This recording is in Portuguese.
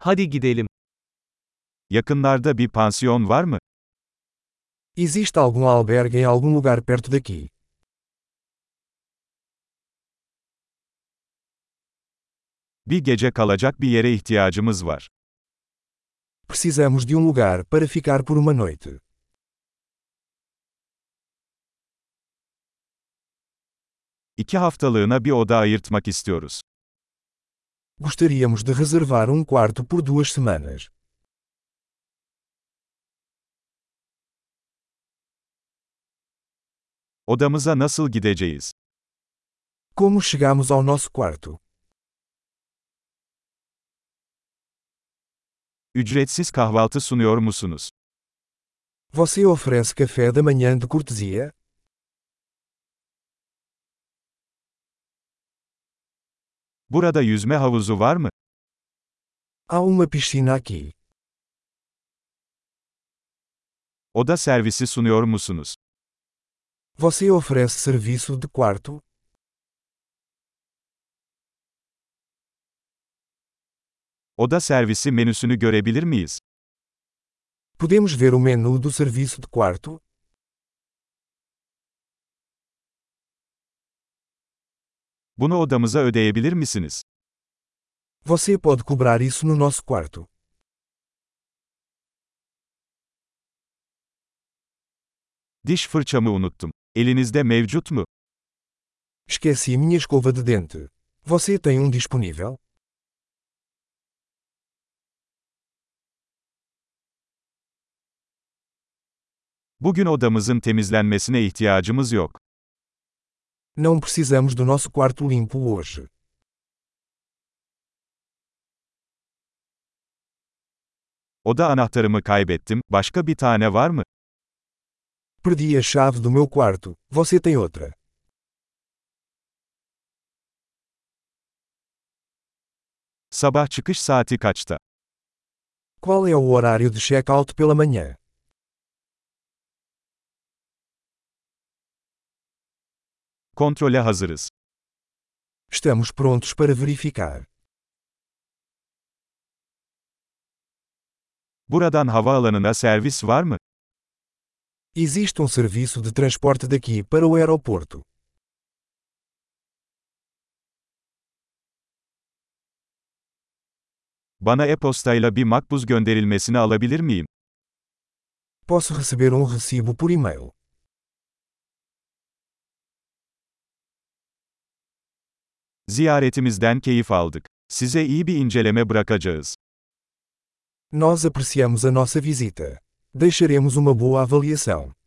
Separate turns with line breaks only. Hadi gidelim.
Yakınlarda bir pansiyon var mı?
Existe algum albergue em algum lugar perto daqui?
Bir gece kalacak bir yere ihtiyacımız var.
Precisamos de um lugar para ficar por uma noite.
İki haftalığına bir oda ayırtmak istiyoruz.
Gostaríamos de reservar um quarto por duas semanas.
Odamıza nasıl gideceğiz?
Como chegamos ao nosso quarto?
Ücretsiz kahvaltı sunuyor musunuz?
Você oferece café da manhã de cortesia?
Burada yüzme havuzu var mı?
Há uma piscina aqui.
Oda servisi sunuyor musunuz?
Você oferece serviço de quarto?
Oda servisi menüsünü görebilir miyiz?
Podemos ver o menu do serviço de quarto?
Bunu odamıza ödeyebilir misiniz?
Você pode cobrar isso no nosso quarto.
Diş fırçamı unuttum. Elinizde mevcut mu?
Esqueci minha escova de dente. Você tem um disponível?
Bugün odamızın temizlenmesine ihtiyacımız yok.
Não precisamos do nosso quarto limpo hoje.
Oda anahtarımı kaybettim. Başka bir tane var mı?
Perdi a chave do meu quarto. Você tem outra?
Sabah çıkış saati kaçta?
Qual é o horário de check-out pela manhã?
Kontrole hazırız.
Estamos prontos para verificar.
Buradan havaalanına servis var mı?
Existe um serviço de transporte daqui para o aeroporto.
Bana e-postayla bir makbuz gönderilmesini alabilir miyim?
Posso receber um recibo por e-mail.
Ziyaretimizden keyif aldık. Size iyi bir inceleme bırakacağız.
Nós apreciamos a nossa visita. Deixaremos uma boa avaliação.